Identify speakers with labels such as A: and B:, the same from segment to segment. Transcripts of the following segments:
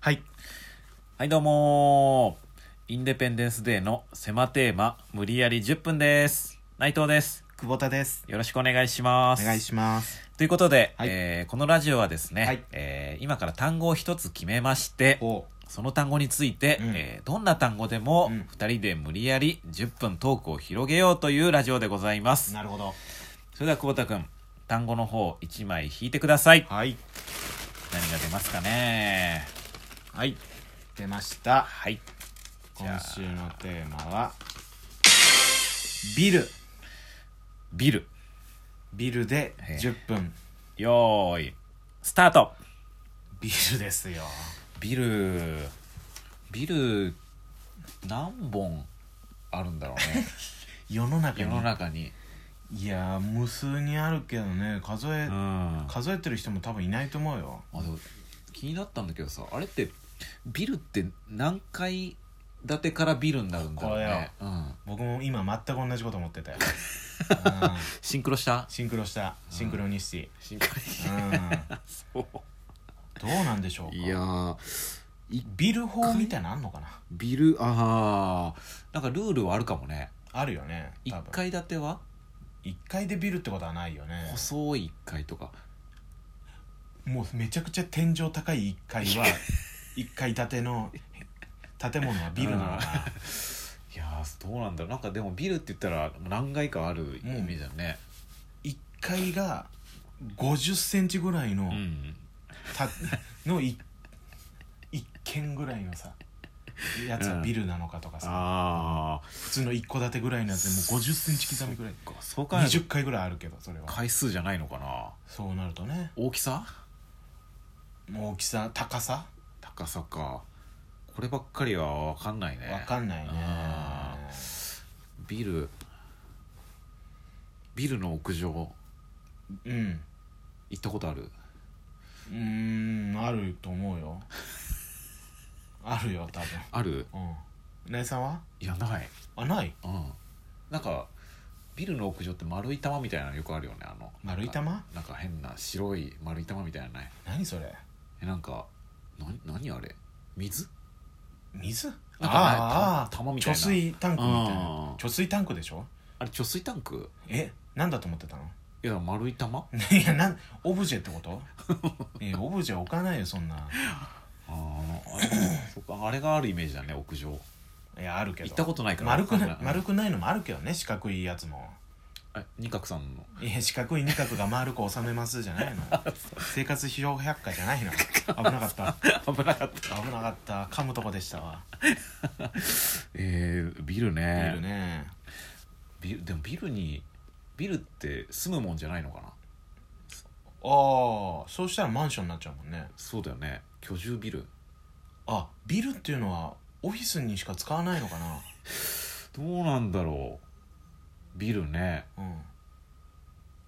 A: はい。
B: はい、どうもーインデペンデンスデーの狭テーマ、無理やり10分です。内藤です。
A: 久保田です。
B: よろしくお願いします。
A: お願いします。
B: ということで、
A: はい
B: えーこのラジオはですね、
A: はい
B: えー今から単語を一つ決めまして、
A: お
B: その単語について、
A: うん
B: えーどんな単語でも
A: うん
B: 2人で無理やり10分トークを広げようというラジオでございます。
A: なるほど。
B: それでは久保田くん、単語の方1枚引いてください。
A: はい。
B: 何が出ますかね
A: はい。出ました。
B: はい。じゃ
A: 今
B: あ
A: 週のテーマは、ビル。
B: ビル。
A: ビルで
B: へえ
A: 10分。
B: よーい、スタート
A: ビルですよ。
B: ビル、ビル、何本あるんだろうね。
A: 世の中
B: 世
A: に。
B: の中に。
A: いやー、無数にあるけどね、数え、
B: うん。あ、
A: 数えてる人も多分いないと思うよ。
B: でも気になったんだけどさ、あれって、ビルって何階建てからビルになるんだろうね。うん。
A: 僕も今全く同じこと思って たよ。うん
B: シンクロした
A: シンクロした。シンクロニシテ
B: シンクロ
A: ィ。うん。
B: そ
A: どうなんでしょうか。
B: いやー、い
A: ビル法みたいなのあんのかな
B: ビル、あー、なんかルールはあるかもね。
A: あるよね多
B: 1
A: 分
B: 階建ては
A: 一階でビルってことはないよね
B: 細い1階とか。
A: もうめちゃくちゃ天井高い一階 は一階建ての建物はビルなのか
B: いやーどうなんだろうなんかでもビルって言ったら何階かあるイメージだね
A: 一階が50センチぐらいの
B: うん、
A: たのい一軒ぐらいのさやつはビルなのかとかさ、
B: ああ
A: 普通の一戸建てぐらいのやつでもう50センチ刻みぐらい
B: そう考えると
A: 20階ぐらいあるけどそれは
B: 回数じゃないのかな
A: そうなるとね
B: 大きさ
A: もう大きさ高さ
B: 高さかこればっかりは分かんないね
A: わかんないね
B: あービルビルの屋上
A: うん
B: 行ったことある
A: うーんあると思うよ あるよ多
B: ある
A: 分うん姉さんはい
B: やない
A: あない
B: うんなんかビルの屋上って丸い玉みたいなのよくあるよねあの
A: 丸い玉
B: なんか変な白い丸い玉みたいなのない
A: 何それ
B: えなんかな何あれ水
A: 水あ
B: なんか
A: ああ
B: た玉みたいな
A: 貯水タンクみたい
B: うん
A: な貯水タンクでしょ
B: あれ貯水タンク
A: えなんだと思ってたの
B: いや丸い玉
A: いやなんオブジェってこと いやオブジェ置かないよそんな
B: あーあれそっかあれがあるイメージだね屋上
A: いやあるけど
B: 行ったことないから
A: 丸く
B: わ
A: な
B: かんない
A: 丸くないのもあるけどね四角いやつも
B: え二角さんの
A: いや四角い二角が丸く収めますじゃ ないの生活費用百科じゃないの危なかった
B: 危なかった
A: 危なかった噛むとこでしたわ
B: えー、ビル
A: ビ
B: ね
A: ルね
B: ビルでもビルにビルって住むもんじゃないのかな
A: ああそうしたらマンションになっちゃうもんね
B: そうだよね居住ビル
A: あビルっていうのはオフィスにしか使わないのかな
B: どうなんだろうビルね
A: うん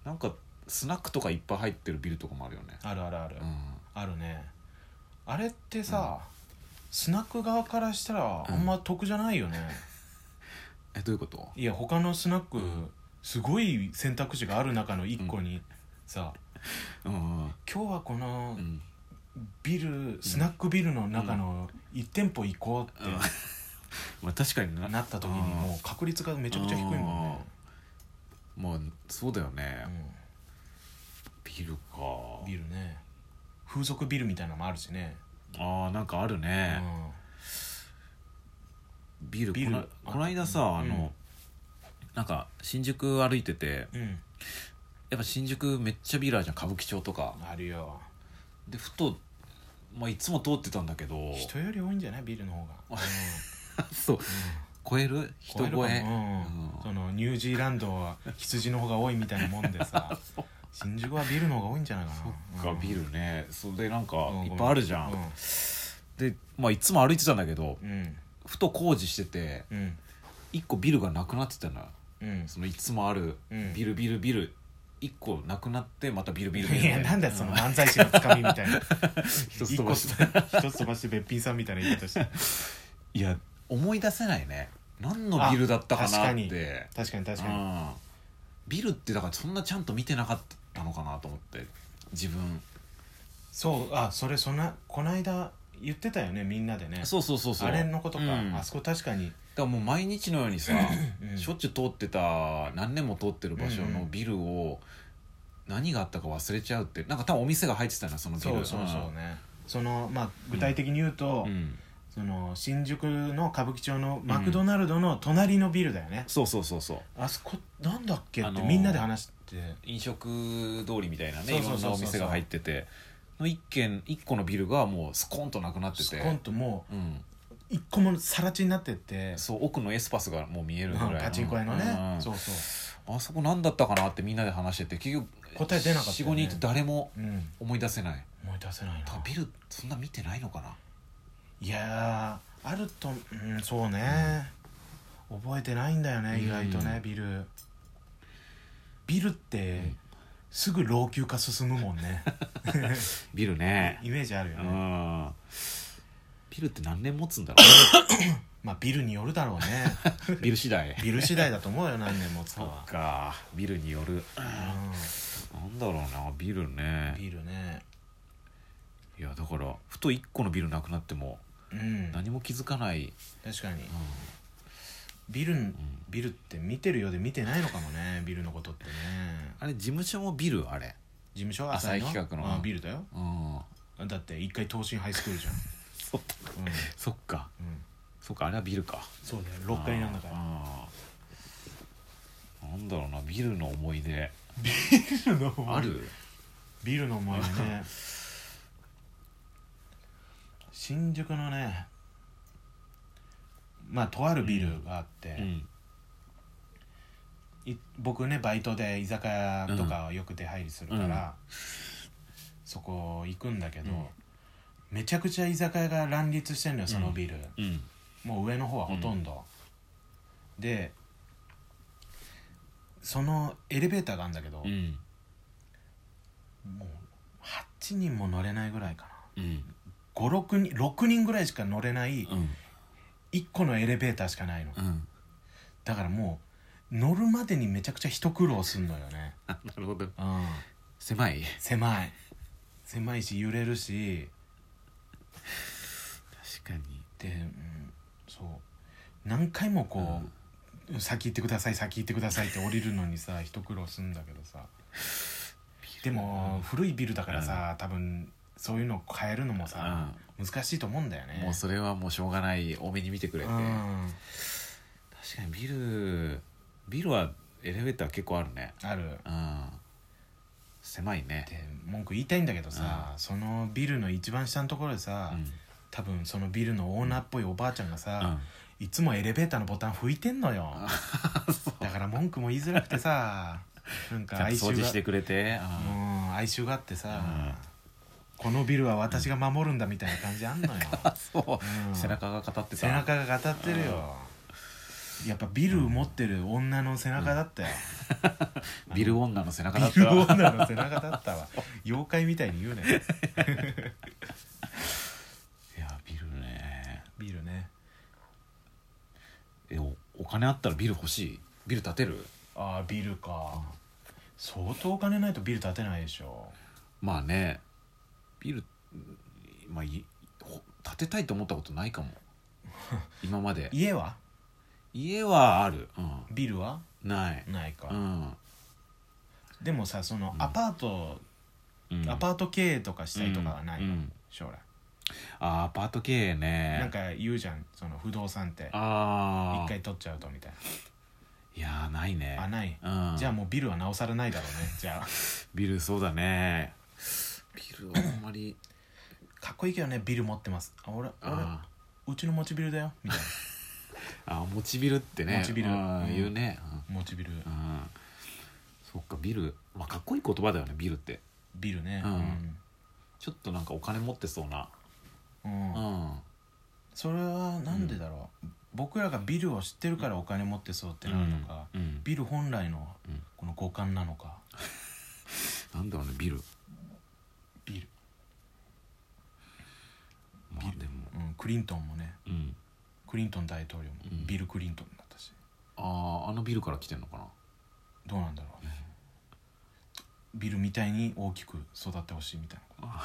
B: なんかスナックとかいっぱい入ってるビルとかもあるよね
A: あるあるある、
B: うん
A: あるねあれってさ、スナック側からしたらあんま得じゃないよね、
B: えどういうこと
A: いや他のスナック、
B: ん
A: すごい選択肢がある中の1個に、さ
B: うん
A: 今日はこの
B: うん
A: ビル、スナックビルの中の1店舗行こうって、
B: うんまあ確かにな
A: なった時にもう確率がめちゃくちゃ低いも
B: まあそうだよね、
A: んね、
B: ビル
A: う
B: か
A: ん、ビルね風俗ビルみたいなのもあるしね、
B: ああなんかあるね、ビル
A: ビル
B: こなこないださ
A: うん
B: あの、なんか新宿歩いてて
A: うん、うん、
B: やっぱ新宿めっちゃビルあるじゃん歌舞伎町とか
A: あるよ
B: でふと、まあ、いつも通ってたんだけど
A: 人より多いんじゃないビルの方が、
B: そう超える人
A: うん
B: 超え
A: るかも
B: うん
A: うん、そのニュージーランドは羊の方が多いみたいなもんでさ新宿はビルの方が多いんじゃないかな
B: が
A: うん
B: ビルねそれでなんか
A: うん
B: いっぱいあるじゃん、
A: う
B: で、まあ、いつも歩いてたんだけど
A: んうん
B: ふと工事してて
A: うん
B: 一個ビルがなくなってたのよ
A: うん
B: そのいつもある
A: うん
B: ビルビルビル一個なくなってまたビルビルビル
A: いやなんだよその漫才師のつかみみたいな
B: 一つ飛ばして
A: 一個一つ飛ばしてべっぴんさんみたいな言い方して
B: いや思い出せないね何のビルだったか
A: あ確
B: な
A: か
B: っ
A: に
B: て
A: 確かに確かに
B: うん、ビルってだからそんなちゃんと見てなかったのかなと思って自分
A: そうあそれそんなこの間言ってたよねみんなでね
B: そうそうそうそう
A: あれのことか、
B: うん
A: あそこ確かに、
B: だからもう毎日のようにさ、
A: うん
B: しょっちゅう通ってた何年も通ってる場所
A: うんう
B: の
A: ん
B: ビルを何があったか忘れちゃうってなんか多分お店が入ってたなそのビル
A: そうそうそうねそのまあ具体的に言うと、
B: うんうん
A: その新宿の歌舞伎町のマクドナルドの隣のビルだよね、
B: そうそうそうそう
A: あそこなんだっけって、
B: あのー
A: みんなで話して
B: 飲食通りみたいな
A: そ
B: ね
A: う
B: い
A: そ
B: ろ
A: うんそ
B: な
A: うそう
B: お店が入ってての一軒一個のビルがもうスコンとなくなって
A: ス
B: て
A: コンとも
B: うん、
A: う一個もさら地になってって、
B: そう奥のエスパスがもう見えるぐらいの
A: パチンコ屋のね、
B: うん
A: そうそう
B: あそこ何だったかなってみんなで話してて結局
A: 答え出なかったよね
B: 45人いて誰も
A: うん
B: 思い出せない
A: 思い出せない
B: 多
A: な
B: 分ビルそんな見てないのかない
A: やーあるとうんそうね、覚えてないんだよね意外とね、
B: うん
A: ビルビルって、すぐ老朽化進むもん ね
B: ビルね
A: イメージあるよ
B: う
A: ね、
B: んビルって何年持つんだろ
A: まあビルによるだろうね
B: うビル次第
A: ビル次第だと 思うよ何年も使
B: そ
A: は
B: っかビルによる
A: う
B: なんだろうなビル
A: ん
B: ね
A: ビールね
B: いやだからふと1個のビルなくなっても
A: うん
B: 何も気づかない、
A: 確かに
B: うん
A: ビルんビルって見てるようで見てないのかもねビルのことってね
B: あれ事務所もビルあれ
A: 事務所
B: 浅井
A: の
B: 企画の
A: あビルだよ
B: うん
A: だって一回東進ハイスクールじゃん
B: そ
A: うん、
B: そっか
A: うん、
B: そっかあれはビルか
A: そうだよ6階なんだから
B: あーなんだろうなビルの思い出
A: ビルの思い
B: ある
A: ビルの思い出ね新宿のねまあとあるビルがあって、
B: うん
A: い僕ねバイトで居酒屋とかよく出入りするから、
B: うん
A: そこ行くんだけど、
B: うん
A: めちゃくちゃ居酒屋が乱立してんのよそのビル、
B: うん
A: もう上の方はほとんど、でそのエレベーターがあるんだけど、
B: うん
A: もう8人も乗れないぐらいかな
B: うん
A: 56人6人ぐらいしか乗れない
B: うん
A: 1個のエレベーターしかないの
B: うん
A: だからもう乗るまでにめちゃくちゃ一苦労すんのよね
B: あなるほど
A: うん
B: 狭い
A: 狭い狭いし揺れるし
B: 確かに
A: で、うん、そう何回もこう、先行ってください先行ってくださいって降りるのにさ一苦労するんだけどさでも古いビルだからさ、多分そういうの変えるのもさ、難しいと思うんだよね
B: もうそれはもうしょうがない多めに見てくれて
A: う
B: 確
A: ん
B: かにビルビルはエレベーター結構あるね
A: ある
B: うん狭いね
A: で文句言いたいんだけどさ、そのビルの一番下のところでさ、
B: うん
A: 多分そのビルのオーナーっぽいおばあちゃんが
B: う
A: さ
B: ん、
A: いつもエレベーターのボタン拭いてんのよだから文句も言いづらくて さなん
B: ち
A: か
B: ゃんと
A: 哀
B: 掃除
A: 愁
B: してくれて
A: が
B: あ
A: うん哀愁があってさ、このビルは私が守るんだみたいな感じあ んのよ、
B: ーそううん背中が語ってた
A: 背中が語ってるよやっぱビル持ってる女の背中だったよ、
B: ビル女の背中だっ
A: ビ
B: た
A: ル 女の背中だったわ妖怪みたいに言うね
B: いやビルね
A: ビルね
B: えおお金あったらビル欲しいビル建てる
A: ああビルか相当お金ないとビル建てないでしょ
B: まあねビルうんまあいほ建てたいと思ったことないか も今まで
A: 家は
B: 家はある、う
A: ビルは
B: ん、ない、
A: ないか、
B: うん
A: でもさその
B: うん
A: アパート、
B: うん、
A: アパート経営とかしたいとかはないの、
B: うんうん
A: 将来
B: あーアパート経営ね
A: なんか言うじゃんその不動産って
B: ああ
A: 一回取っちゃうとみたい
B: いやーないね
A: なあない、
B: うん、
A: じゃあもうビルはなおさらないだろうねじゃあ
B: ビルそうだねビルはあんまり
A: かっこいいけどねビル持ってます あ俺俺
B: あー
A: うちの持ちビルだよみたい
B: あー持ちビルってね
A: 持ちビル
B: あー
A: うん
B: 言うね、
A: な持ちビル
B: うんうん、そっかビル、まあ、かっこいい言葉だよねビルって
A: ビルね
B: うんちょっとなんかお金持ってそうな
A: うん、うん
B: うん
A: それはなんでだろう、僕らがビルを知ってるからお金持ってそうってなるのか、
B: うんうん
A: ビル本来の
B: うん
A: この五感なのか
B: なんだろうねビル、
A: ビル、
B: まあ、でも、
A: うん、クリントンもね
B: うん、
A: クリントン大統領も
B: うん
A: ビル・クリントンだったし
B: あああのビルから来てんのかな
A: どうなんだろうねビルみたいに大きく育ってほしいみたいな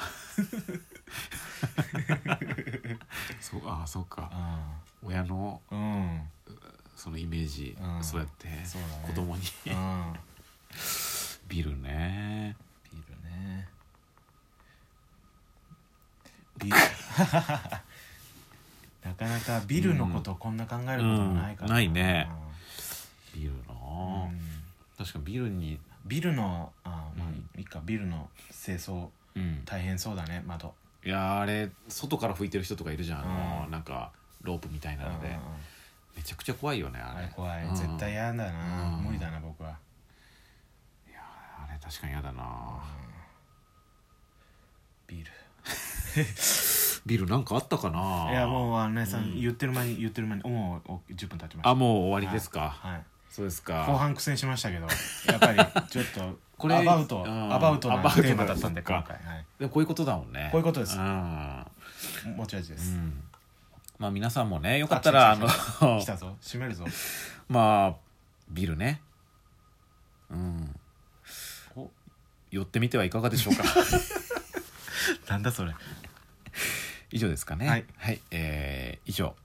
B: そうああそうか
A: あ
B: 親の
A: あうん
B: そのイメージ、
A: うん
B: そうやって
A: そうだね
B: 子供に
A: うん
B: ビールね
A: ビールねビール なかなかビルのことをこんな考えることもないから、
B: うんないね
A: うん
B: ビールな、
A: うん
B: 確かにビールに
A: ビルのあまあ、
B: うん
A: いいかビルの清掃
B: うん
A: 大変そうだね窓
B: いやーあれ外から吹いてる人とかいるじゃん、あの
A: うん
B: なんかロープみたいなので、
A: うんうんうん
B: めちゃくちゃ怖いよねあ
A: あ
B: れ
A: れ怖い、
B: うん
A: 絶対嫌だな、
B: うん
A: 無理だな僕は、
B: いやーあれ確かに嫌だな
A: ビール
B: ビールなんかあったかな
A: い
B: い
A: やもうあのねさ、
B: うん
A: 言ってる間に言ってる間にもうお10分経ちました
B: あもう終わりですか、
A: はい
B: そうです
A: 後
B: か
A: 半苦戦しましたけどやっぱり ちょっと
B: これ
A: アバウト、
B: うん
A: アバウト
B: ア
A: な
B: バウトな
A: テーマだったんで
B: そ
A: 今
B: っか
A: 回、はい、
B: でもこういうことだもんね
A: こういうことです
B: うん
A: 持ち味で
B: う
A: す、
B: んまあ皆さんもねよかったら
A: あ
B: あ
A: 違う
B: の
A: 来たぞ閉めるぞ
B: まあビールねうん
A: お
B: 寄ってみてはいかがで しょうか
A: なんだそれ
B: 以上ですかね
A: はい、
B: えー以上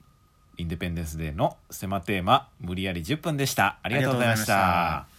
B: インデペンデンスデーの狭テーマ無理やり10分でしたありがとうございまし
A: ありがとうございました
B: た